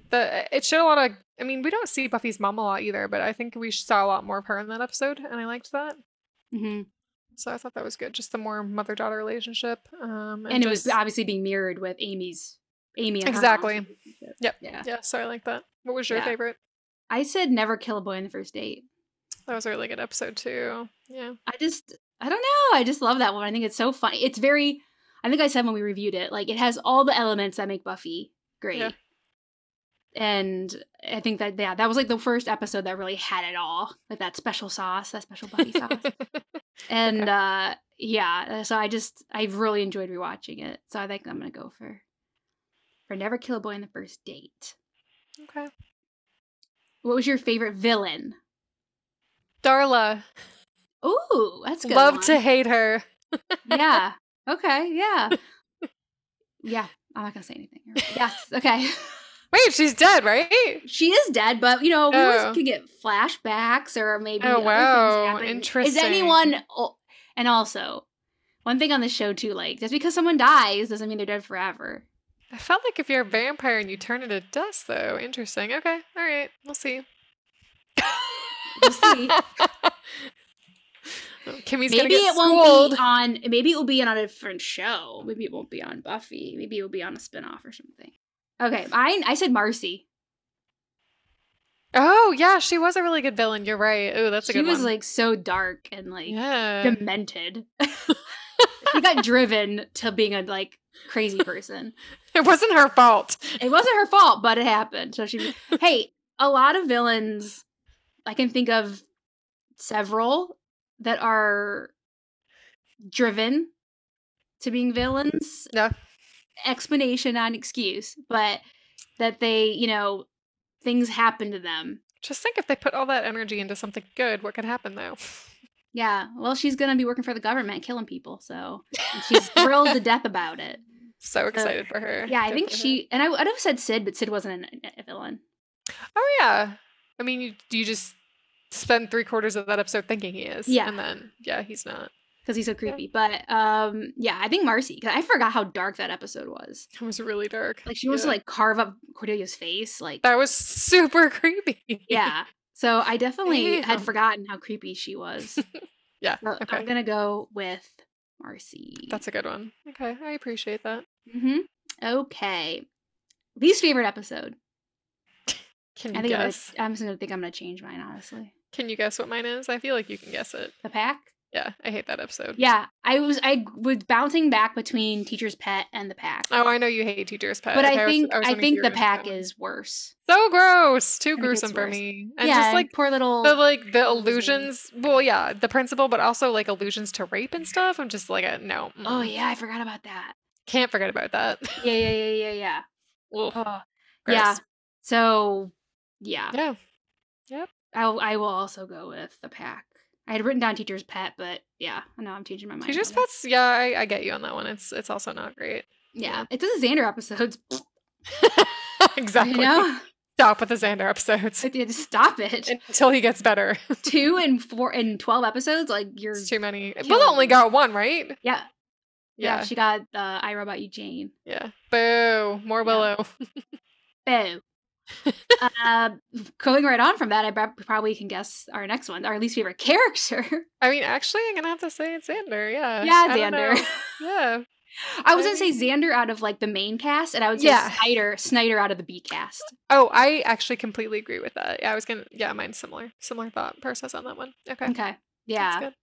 S2: the it showed a lot of I mean, we don't see Buffy's mom a lot either, but I think we saw a lot more of her in that episode and I liked that.
S1: hmm
S2: So I thought that was good. Just the more mother daughter relationship. Um
S1: And it was
S2: just-
S1: obviously being mirrored with Amy's Amy and her mom's
S2: Exactly.
S1: relationship.
S2: Yep.
S1: Yeah.
S2: Yeah, so I like that. What was your
S1: Yeah.
S2: favorite?
S1: I said never kill a boy on the first date.
S2: That was a really good episode too. Yeah.
S1: I just I don't know. I just love that one. I think it's so funny. It's very I think I said when we reviewed it, like it has all the elements that make Buffy great.
S2: Yeah.
S1: And I think that yeah, that was like the first episode that really had it all. Like that special sauce, that special Buffy sauce.
S2: [LAUGHS]
S1: And
S2: Okay.
S1: uh yeah, so I just I really enjoyed rewatching it. So I think I'm gonna go for for Never Kill a Boy on the First Date.
S2: okay.
S1: What was your favorite villain?
S2: Darla.
S1: Ooh, that's a good.
S2: Love
S1: one.
S2: to hate her.
S1: yeah. Okay. [LAUGHS] Yeah. yeah. I'm not gonna say anything. You're right. Yes. Okay. [LAUGHS]
S2: Wait, she's dead, right?
S1: she is dead, but you know we
S2: Oh.
S1: always could get flashbacks or maybe. other
S2: Oh,
S1: things
S2: wow.
S1: happening. Is
S2: Interesting.
S1: anyone? oh, And also, one thing on the show too, like just because someone dies doesn't mean they're dead forever.
S2: I felt like if you're a vampire and you turn into dust, though. Interesting. Okay. All right. We'll see.
S1: [LAUGHS] We'll see.
S2: Kimmy's gonna
S1: maybe
S2: get
S1: it
S2: schooled.
S1: won't be on. Maybe it will be on a different show. Maybe it won't be on Buffy. Maybe it will be on a spinoff or something. Okay, I I said Marcy.
S2: Oh yeah, she was a really good villain. You're right. Oh, that's a
S1: she
S2: good
S1: was
S2: one.
S1: like so dark and like
S2: yeah.
S1: demented. she Uh, got driven to being a like crazy person.
S2: [LAUGHS] It wasn't her fault.
S1: It wasn't her fault, but it happened. So she, hey, a lot of villains. I can think of several that are driven to being villains.
S2: Yeah.
S1: Explanation, not an excuse, but that they, you know, things happen to them.
S2: Just think if they put all that energy into something good, what could happen though? [LAUGHS]
S1: Yeah. Well, she's gonna be working for the government, killing people. So and she's thrilled to death about it.
S2: So excited for [LAUGHS] her.
S1: Yeah, I
S2: Good
S1: think
S2: for her.
S1: she and I would have said Sid, but Sid wasn't an, a villain.
S2: Oh yeah. I mean, you you just spend three quarters of that episode thinking he is.
S1: Yeah.
S2: And then yeah, he's not.
S1: because he's so creepy. But um, yeah, I think Marcy. Cause I forgot how dark that episode was.
S2: It was really dark.
S1: Like she wants
S2: Yeah.
S1: to like carve up Cordelia's face. Like
S2: That was
S1: [LAUGHS]
S2: super [LAUGHS] creepy.
S1: yeah. So I
S2: [LAUGHS]
S1: definitely had
S2: Damn.
S1: forgotten how creepy she was.
S2: [LAUGHS] Yeah,
S1: So
S2: okay.
S1: I'm gonna go with Marcy.
S2: That's a good one. Okay, I appreciate that.
S1: hmm okay. Least favorite episode.
S2: Can
S1: I think I'm,
S2: you
S1: gonna,
S2: guess?
S1: I'm just gonna think I'm gonna change mine honestly.
S2: Can you guess what mine is? I feel like you can guess it.
S1: The pack.
S2: Yeah, I hate that episode.
S1: Yeah, I was I was bouncing back between Teacher's Pet and the pack.
S2: Oh, I know you hate teacher's pet.
S1: but I
S2: was-
S1: think I,
S2: was wondering if
S1: think
S2: you
S1: the
S2: were gonna say
S1: pack
S2: that one.
S1: is worse.
S2: so gross, too
S1: think
S2: gruesome
S1: it's
S2: for
S1: worse.
S2: me, and
S1: yeah,
S2: just like
S1: poor little.
S2: the like the
S1: what was his name?
S2: allusions. Well, yeah, the principal, but also like allusions to rape and stuff. I'm just like, uh, no,
S1: oh
S2: mm,
S1: yeah, I forgot about that.
S2: can't forget about that.
S1: Yeah,
S2: [LAUGHS]
S1: yeah, yeah, yeah, yeah.
S2: Ugh,
S1: Oh,
S2: gross.
S1: yeah. Ah, So yeah,
S2: yeah,
S1: I'll, I will also go with the pack. I had written down teacher's pet, but yeah, I know I'm changing my mind.
S2: teacher's
S1: on that.
S2: pets. Yeah, I, I get you on that one. It's it's also not great. [LAUGHS]
S1: Yeah, it's the Xander [LAUGHS] episodes.
S2: exactly.
S1: You know,
S2: [LAUGHS] Stop with the
S1: [LAUGHS]
S2: Xander episodes
S1: I had to stop it.
S2: [LAUGHS] until he gets better.
S1: Two and four and twelve episodes, like you're.
S2: It's too many.
S1: killing
S2: Will only
S1: me.
S2: got one, right?
S1: Yeah, yeah,
S2: Yeah.
S1: She got uh, I Robot Eugene.
S2: Yeah. Boo. More Willow.
S1: Boo. uh, [LAUGHS] going right on from that, I prob- probably can guess our next one, our least favorite [LAUGHS] character.
S2: I mean, actually, I'm gonna have to say it's Xander. Yeah.
S1: yeah,
S2: I don't
S1: Xander. [LAUGHS]
S2: know. Yeah.
S1: I was gonna say Xander out of like the main cast, and I would say
S2: Yeah.
S1: Snyder Snyder out of the B cast.
S2: Oh, I actually completely agree with that. Yeah, I was gonna. Yeah, mine's similar. Similar thought process on that one. Okay.
S1: Okay,
S2: [LAUGHS] That's
S1: yeah,
S2: good.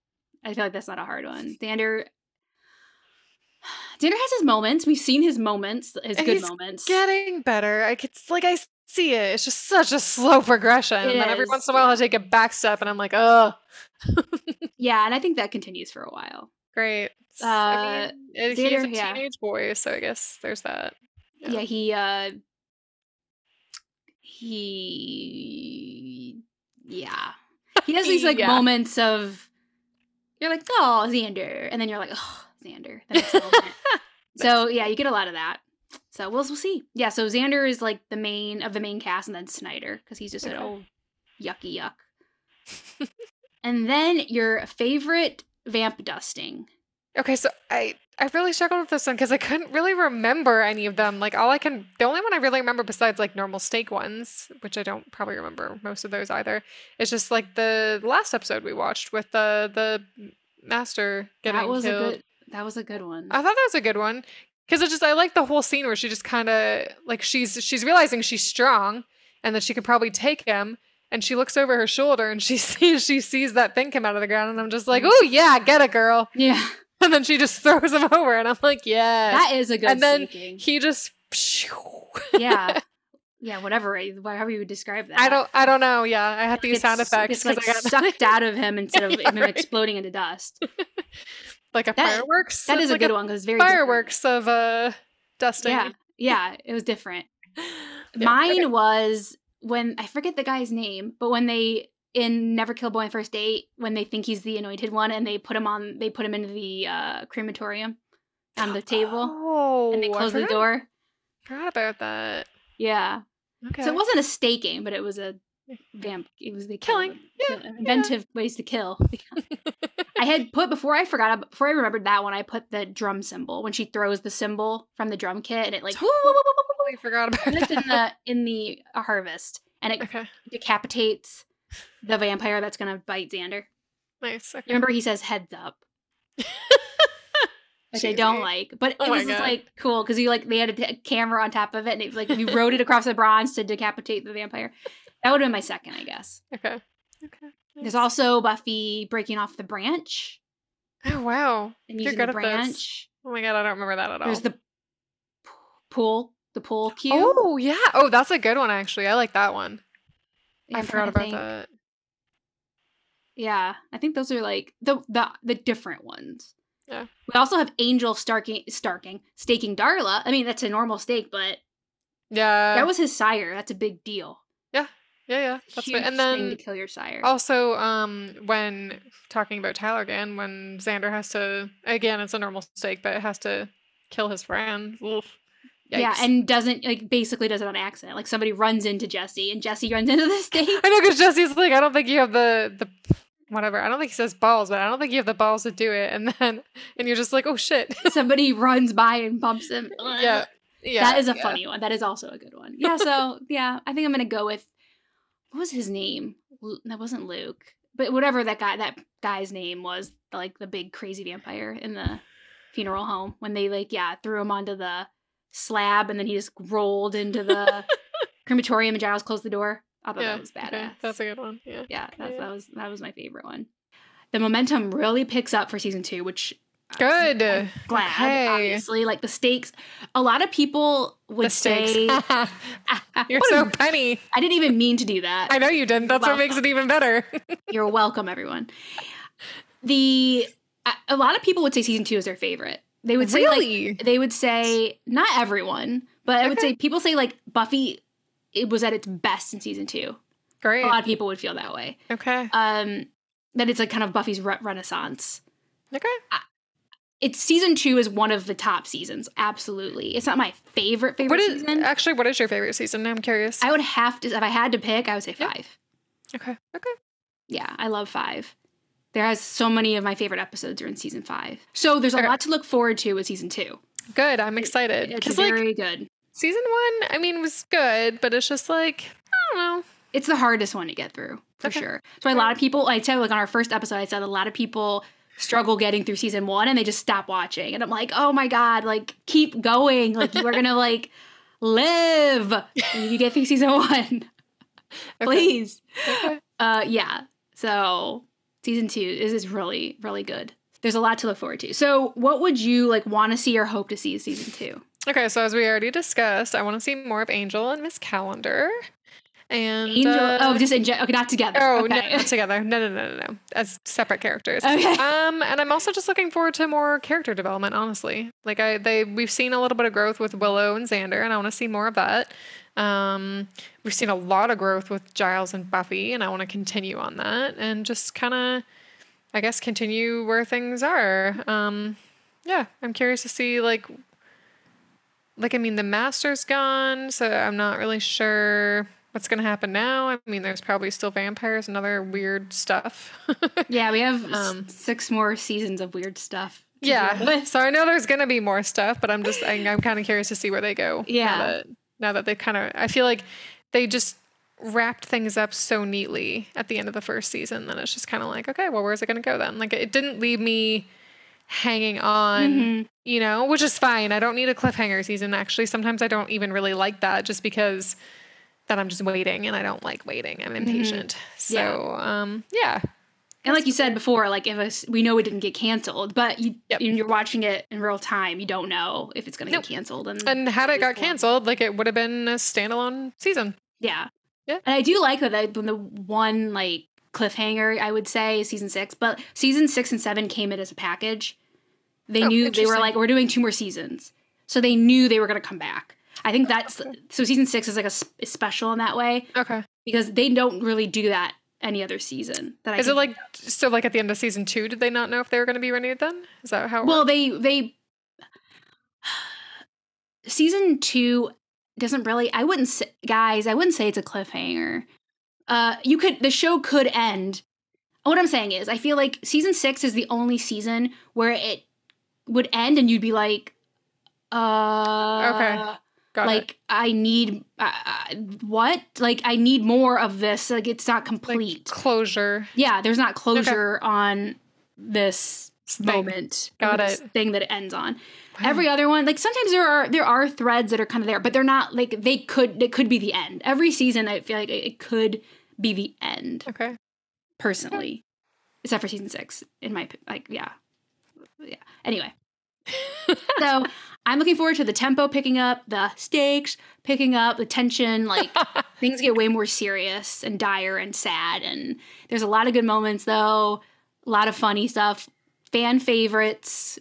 S1: I feel like that's not a hard one. Xander. Xander has his moments. We've seen his moments, his
S2: And
S1: good
S2: he's
S1: moments.
S2: Getting better. I could like I see it. It's just such a slow progression.
S1: It
S2: and then every
S1: is,
S2: once in a while, I take a back step and I'm like, oh,
S1: Yeah, and I think that continues for a while.
S2: great. S- I
S1: Uh,
S2: mean, and
S1: theater,
S2: he's a
S1: yeah.
S2: teenage boy, so I guess there's that. Yeah.
S1: Yeah, he uh he yeah. He has these like
S2: Yeah.
S1: moments of you're like, oh Xander. And then you're like, oh Xander. The next moment.
S2: [LAUGHS]
S1: so yeah, you get a lot of that. So we'll we'll see. Yeah, so Xander is like the main of the main cast and then Snyder, because he's just an
S2: Okay.
S1: old yucky
S2: [LAUGHS]
S1: yuck. and then your favorite vamp dusting.
S2: Okay, so I I really struggled with this one because I couldn't really remember any of them. Like all I can, the only one I really remember besides like normal steak ones, which I don't probably remember most of those either, is just like the last episode we watched with the the master getting
S1: that was
S2: killed.
S1: a good that was a good one.
S2: I thought that was a good one because I just I like the whole scene where she just kind of like she's she's realizing she's strong and that she could probably take him. And she looks over her shoulder and she [LAUGHS] sees she sees that thing come out of the ground and I'm just like,
S1: Mhm.
S2: oh yeah, get it, girl. [LAUGHS]
S1: yeah.
S2: And then she just throws him [LAUGHS] over, and I'm like, yeah.
S1: That is a good
S2: And then
S1: sneaking.
S2: He just. [LAUGHS]
S1: yeah yeah whatever eh, however you would describe that
S2: I don't. I don't know. Yeah, I had these
S1: It's-
S2: sound effects
S1: it's like
S2: because I got
S1: sucked out of him instead of
S2: Yeah,
S1: him
S2: right.
S1: exploding into dust
S2: [LAUGHS] like a
S1: that-
S2: fireworks.
S1: That
S2: It's
S1: is a
S2: like
S1: good one because very different.
S2: Fireworks of uh dusting.
S1: yeah yeah it was different
S2: [LAUGHS] Yeah,
S1: mine
S2: okay.
S1: was when i forget the guy's name but when they in never kill a boy on first date when they think he's the anointed one and they put him on they put him into the uh crematorium on the
S2: [GASPS]
S1: table
S2: Oh,
S1: and they
S2: I
S1: close the
S2: forgot-
S1: door
S2: Forgot about that.
S1: yeah
S2: Okay.
S1: so it wasn't a staking but it was a vamp it was the
S2: killing. [LAUGHS] Yeah.
S1: inventive ways to
S2: [LAUGHS]
S1: kill. [LAUGHS] I had put before I forgot before I remembered that one. I put the drum symbol when she throws the symbol from the drum kit, and it
S2: [LAUGHS]
S1: like woo, woo, woo, woo, woo,
S2: Totally [LAUGHS] forgot
S1: woo,
S2: about
S1: and it's in
S2: that.
S1: the in the uh, harvest, and it
S2: [LAUGHS] Okay.
S1: decapitates the vampire that's gonna bite Xander.
S2: Nice. Okay.
S1: Remember, he says heads
S2: [LAUGHS]
S1: up, which I don't
S2: Cheesy.
S1: like, but
S2: Oh
S1: it
S2: my
S1: was just
S2: God.
S1: like cool because you like they had a t- camera on top of it, and it was like you rode it across the bronze to decapitate the vampire. That would have been my second, I guess.
S2: Okay. Okay.
S1: There's
S2: nice.
S1: also Buffy breaking off the branch.
S2: Oh wow.
S1: and
S2: You're
S1: using
S2: good
S1: the
S2: at those.
S1: branch.
S2: Oh my god, I don't remember that at all.
S1: There's the p- pool, the pool cue.
S2: Oh yeah. Oh, that's a good one actually. I like that one. I
S1: I'm
S2: forgot
S1: trying to
S2: about
S1: think.
S2: that.
S1: Yeah, I think those are like the the the different ones.
S2: Yeah.
S1: We also have Angel starking, starking, staking Darla. I mean, that's a normal stake, but
S2: Yeah.
S1: that was his sire. That's a big deal.
S2: yeah, yeah. That's
S1: Huge
S2: it. And
S1: thing to
S2: then Oh,
S1: kill your sire.
S2: also, um, when talking about Tyler again, when Xander has to again, it's a normal mistake, but it has to kill his friend. Oof.
S1: yeah,
S2: Yikes.
S1: and doesn't like basically does it on accident. Like somebody runs into Jesse, and Jesse runs into the [LAUGHS] stake.
S2: [LAUGHS] I know because Jesse's like, I don't think you have the the [LAUGHS] whatever. I don't think he says balls, but I don't think you have the balls to do it. And then and you're just like, oh shit. [LAUGHS]
S1: somebody runs by and bumps him.
S2: yeah. Yeah.
S1: that is a
S2: yeah.
S1: funny one. That is also a good one. Yeah. So
S2: [LAUGHS]
S1: yeah, I think I'm gonna go with what was his name? Lu- that wasn't Luke, but whatever that guy that guy's name was, like the big crazy vampire in the funeral home when they like yeah threw him onto the slab and then he just rolled into
S2: [LAUGHS]
S1: the crematorium and Giles closed the door. I thought
S2: Yeah,
S1: that was badass.
S2: okay, That's a good one. Yeah.
S1: yeah, that's,
S2: yeah.
S1: that was that was my favorite one. The momentum really picks up for season two, which I'm
S2: Good. uh,
S1: glad
S2: Okay.
S1: obviously like the stakes. A lot of people would
S2: Mistakes. [LAUGHS]
S1: say
S2: You're
S1: What
S2: so
S1: a-
S2: funny.
S1: I didn't even mean to do that.
S2: I know
S1: [LAUGHS]
S2: you didn't. That's what makes it even better.
S1: You're welcome, everyone. The a- a lot of people would say season two is their favorite. They would say like they would say not everyone, but I would
S2: Okay.
S1: say people say like Buffy it was at its best in season two.
S2: Great.
S1: A lot of people would feel that way.
S2: Okay.
S1: Um, that it's like kind of Buffy's re- renaissance.
S2: Okay.
S1: It's season two is one of the top seasons. Absolutely, it's not my favorite favorite
S2: What is
S1: season.
S2: actually what is your favorite season? I'm curious.
S1: I would have to if I had to pick, I would say
S2: Yeah.
S1: five.
S2: okay. Okay.
S1: Yeah, I love five. There has so many of my favorite episodes are in season five. So there's a
S2: Okay.
S1: lot to look forward to with season two.
S2: Good. I'm excited.
S1: It's
S2: Because like
S1: very good.
S2: season one, I mean, was good, but it's just like I don't know.
S1: It's the hardest one to get through for
S2: Okay.
S1: sure. So a lot of people, I said like on our first episode, I said a lot of people struggle getting through season one and they just stop watching. And I'm like, oh my god, like keep going. Like you are
S2: [LAUGHS]
S1: gonna like live when you get through season one, [LAUGHS]
S2: Okay.
S1: please.
S2: Okay.
S1: Uh, yeah. So season two is is really really good. There's a lot to look forward to. So what would you like want to see or hope to see in season two?
S2: Okay, so as we already discussed, I want to see more of Angel and Miss Calendar. And
S1: Angel.
S2: uh,
S1: oh, just in gen- okay, not together.
S2: Oh, no,
S1: okay.
S2: not together. No, no, no, no, no. As separate characters.
S1: Okay.
S2: Um, and I'm also just looking forward to more character development, honestly. Like I they we've seen a little bit of growth with Willow and Xander, and I want to see more of that. Um, we've seen a lot of growth with Giles and Buffy, and I want to continue on that and just kind of I guess continue where things are. Um, yeah, I'm curious to see like like I mean the master's gone, so I'm not really sure what's going to happen now. I mean, there's probably still vampires and other weird stuff. [LAUGHS]
S1: yeah, we have s-
S2: Um,
S1: six more seasons of weird stuff. to deal
S2: yeah.
S1: with.
S2: So I know there's going to be more stuff, but I'm just I'm, I'm kind of curious to see where they go.
S1: Yeah.
S2: Now that, now that they kind of I feel like they just wrapped things up so neatly at the end of the first season that it's just kind of like, okay, well, where's it going to go then? Like it didn't leave me hanging on
S1: Mhm.
S2: you know, which is fine. I don't need a cliffhanger season. Actually, sometimes I don't even really like that just because then I'm just waiting and I don't like waiting.
S1: Mm-hmm.
S2: I'm impatient. So, um, yeah.
S1: And like you said before, like if us we know it didn't get canceled, but you
S2: Yep.
S1: and you're watching it in real time, you don't know if it's going to
S2: Nope.
S1: get canceled. And,
S2: And had it got
S1: Cool.
S2: canceled, like it would have been a standalone season.
S1: yeah,
S2: Yeah.
S1: And I do like that I- when the one like cliffhanger I would say is season six, but season six and seven came in as a package. They
S2: Oh,
S1: knew they were
S2: interesting.
S1: like we're doing two more seasons, so they knew they were going to come back. I
S2: Oh,
S1: think that's so. Season six is like a s- is special in that way
S2: Okay.
S1: because they don't really do that any other season. That I
S2: Is
S1: can
S2: it like so? Like at the end of season two, did they not know if they were going to be renewed? Then is that how? It
S1: Well, they they season two doesn't really. I wouldn't say, guys. I wouldn't say it's a cliffhanger. Uh, you could the show could end. What I'm saying is, I feel like season six is the only season where it would end, and you'd be like, uh,
S2: got it.
S1: like I need uh, uh, what? Like I need more of this. Like it's not
S2: Like,
S1: complete.
S2: closure.
S1: yeah, there's not closure on this
S2: thing.
S1: moment
S2: Got
S1: this
S2: it.
S1: thing that it ends on
S2: Wow.
S1: every other one like sometimes there are there are threads that are kind of there but they're not like they could it could be the end every season i feel like it, it could be the end
S2: Okay.
S1: personally except for season six in my op- like yeah yeah
S2: [LAUGHS]
S1: anyway so i'm looking forward to the tempo picking up the stakes picking up the tension like
S2: [LAUGHS]
S1: things get way more serious and dire and sad and there's a lot of good moments though a lot of funny stuff fan favorites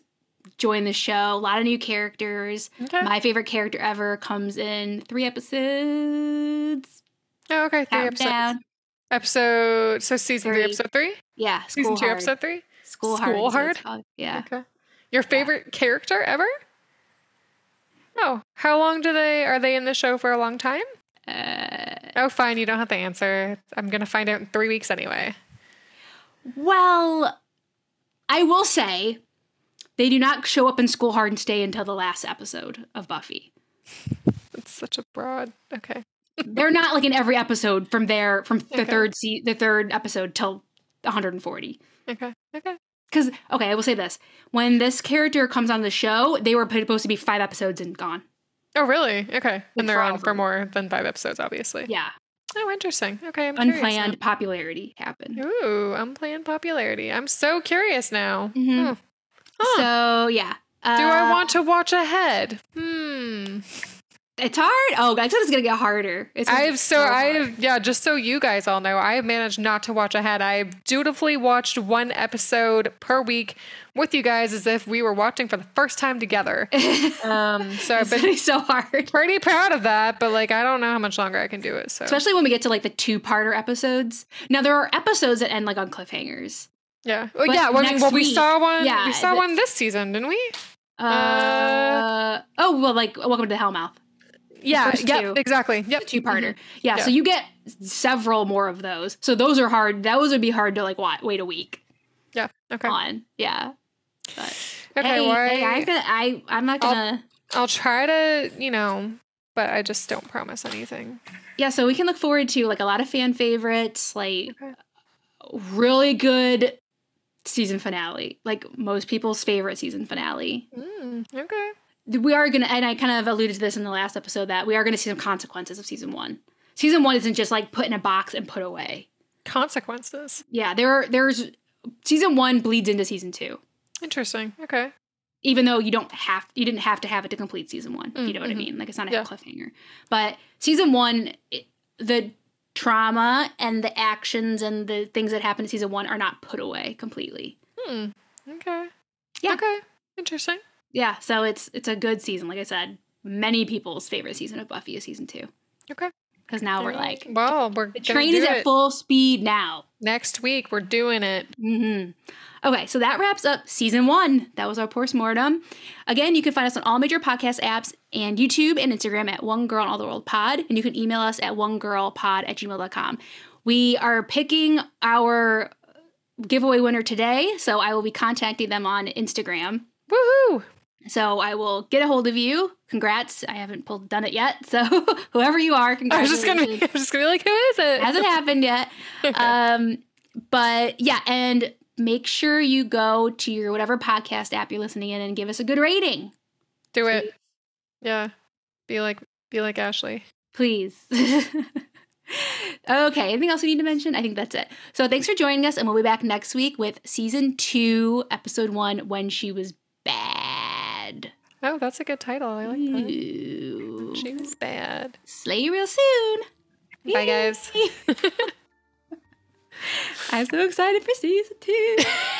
S1: join the show a lot of new characters
S2: Okay.
S1: my favorite character ever comes in three episodes
S2: oh, okay. Three
S1: Countdown.
S2: episodes. Episode. So season three,
S1: Three.
S2: episode three.
S1: yeah school
S2: Season two,
S1: hard.
S2: episode three.
S1: school,
S2: School
S1: hard, is
S2: Hard?
S1: what it's called. yeah
S2: Okay. Your favorite character ever? Oh, how long do they are they in the show for a long time?
S1: uh,
S2: Oh, fine, you don't have to answer. I'm going to find out in 3 weeks anyway.
S1: well i will say they do not show up in school hard and stay until the last episode of buffy
S2: It's such a broad. Okay.
S1: they're not like in every episode from there from the
S2: Okay.
S1: third se- the third episode till 140
S2: Okay. Okay.
S1: because okay i will say this when this character comes on the show they were supposed to be five episodes and gone
S2: Oh, really? Okay.
S1: Like,
S2: And they're
S1: for all
S2: on
S1: of
S2: for
S1: them.
S2: more than 5 episodes obviously.
S1: yeah
S2: Oh, interesting. Okay, I'm curious now.
S1: unplanned popularity happened
S2: Ooh, unplanned popularity. I'm so curious now.
S1: Mhm.
S2: Hmm. Huh.
S1: so yeah uh,
S2: do I want to watch ahead? Hmm.
S1: it's hard oh i said it's gonna get harder it's gonna
S2: I've
S1: get
S2: so uh,
S1: hard.
S2: I've yeah, just so you guys all know, I've managed not to watch ahead. I've dutifully watched one episode per week with you guys as if we were watching for the first time
S1: [LAUGHS]
S2: together. Um so I've
S1: it's gonna
S2: been
S1: be so hard
S2: pretty proud of that, but like I don't know how much longer I can do it. So
S1: especially when we get to like the two-parter episodes now there are episodes that end like on cliffhangers
S2: yeah. Well,
S1: but
S2: yeah, well, I mean,
S1: next
S2: well we
S1: week-
S2: saw one
S1: yeah,
S2: we saw
S1: the-
S2: one this season, didn't we?
S1: uh, oh well like welcome to the hellmouth
S2: Yeah,
S1: first
S2: yeah,
S1: two.
S2: exactly. Yep.
S1: a two-parter. Yeah, so
S2: Mm-hmm. Yeah.
S1: you get several more of those. So those are hard. Those would be hard to like wa wait a week
S2: Yeah. Okay.
S1: on. Yeah. But,
S2: Okay,
S1: hey,
S2: well,
S1: hey,
S2: I-
S1: I'm gonna, I I'm not
S2: I'll-
S1: gonna.
S2: I'll try to, you know, but I just don't promise anything.
S1: yeah, so we can look forward to like a lot of fan favorites, like
S2: Okay.
S1: really good season finale, like most people's favorite season finale. Hmm.
S2: Mm, okay.
S1: we are gonna and i kind of alluded to this in the last episode that we are gonna see some consequences of season one season one isn't just like put in a box and put away
S2: Consequences.
S1: yeah there are there's season one bleeds into season two
S2: Interesting. Okay.
S1: even though you don't have you didn't have to have it to complete season one if you know what
S2: Mhm.
S1: i mean like it's not a
S2: Yeah.
S1: cliffhanger but season one it- the trauma and the actions and the things that happened in season one are not put away completely
S2: Hmm. Okay.
S1: Yeah.
S2: Okay. Interesting.
S1: yeah so it's it's a good season like i said many people's favorite season of buffy is season two
S2: Okay.
S1: because now we're
S2: Alright.
S1: like
S2: well, we're
S1: the train is at
S2: it.
S1: full speed now
S2: next week. We're doing it. Mm-hmm.
S1: hmm Okay, so that wraps up season one. That was our postmortem. Again, you can find us on all major podcast apps and YouTube and Instagram at One Girl on All the World Pod, and you can email us at onegirlpod at gmail.com. We are picking our giveaway winner today, so I will be contacting them on Instagram.
S2: Woohoo!
S1: So I will get a hold of you. Congrats! I haven't pulled done it yet, so [LAUGHS] whoever you are,
S2: I
S1: congratulations.
S2: was just gonna. Be, I was just gonna be like, who is it? [LAUGHS]
S1: hasn't happened yet.
S2: Okay.
S1: Um, but yeah, and make sure you go to your whatever podcast app you're listening in and give us a good rating,
S2: Do it. Yeah. Be like. Be like Ashley.
S1: please. [LAUGHS] okay, anything else we need to mention? I think that's it. So thanks for joining us, and we'll be back next week with season two, episode one, when she was bad.
S2: Oh, that's a good title. I like that.
S1: Ooh.
S2: She was bad.
S1: Slay you real soon.
S2: Bye, guys.
S1: I'm so excited for season two. [LAUGHS]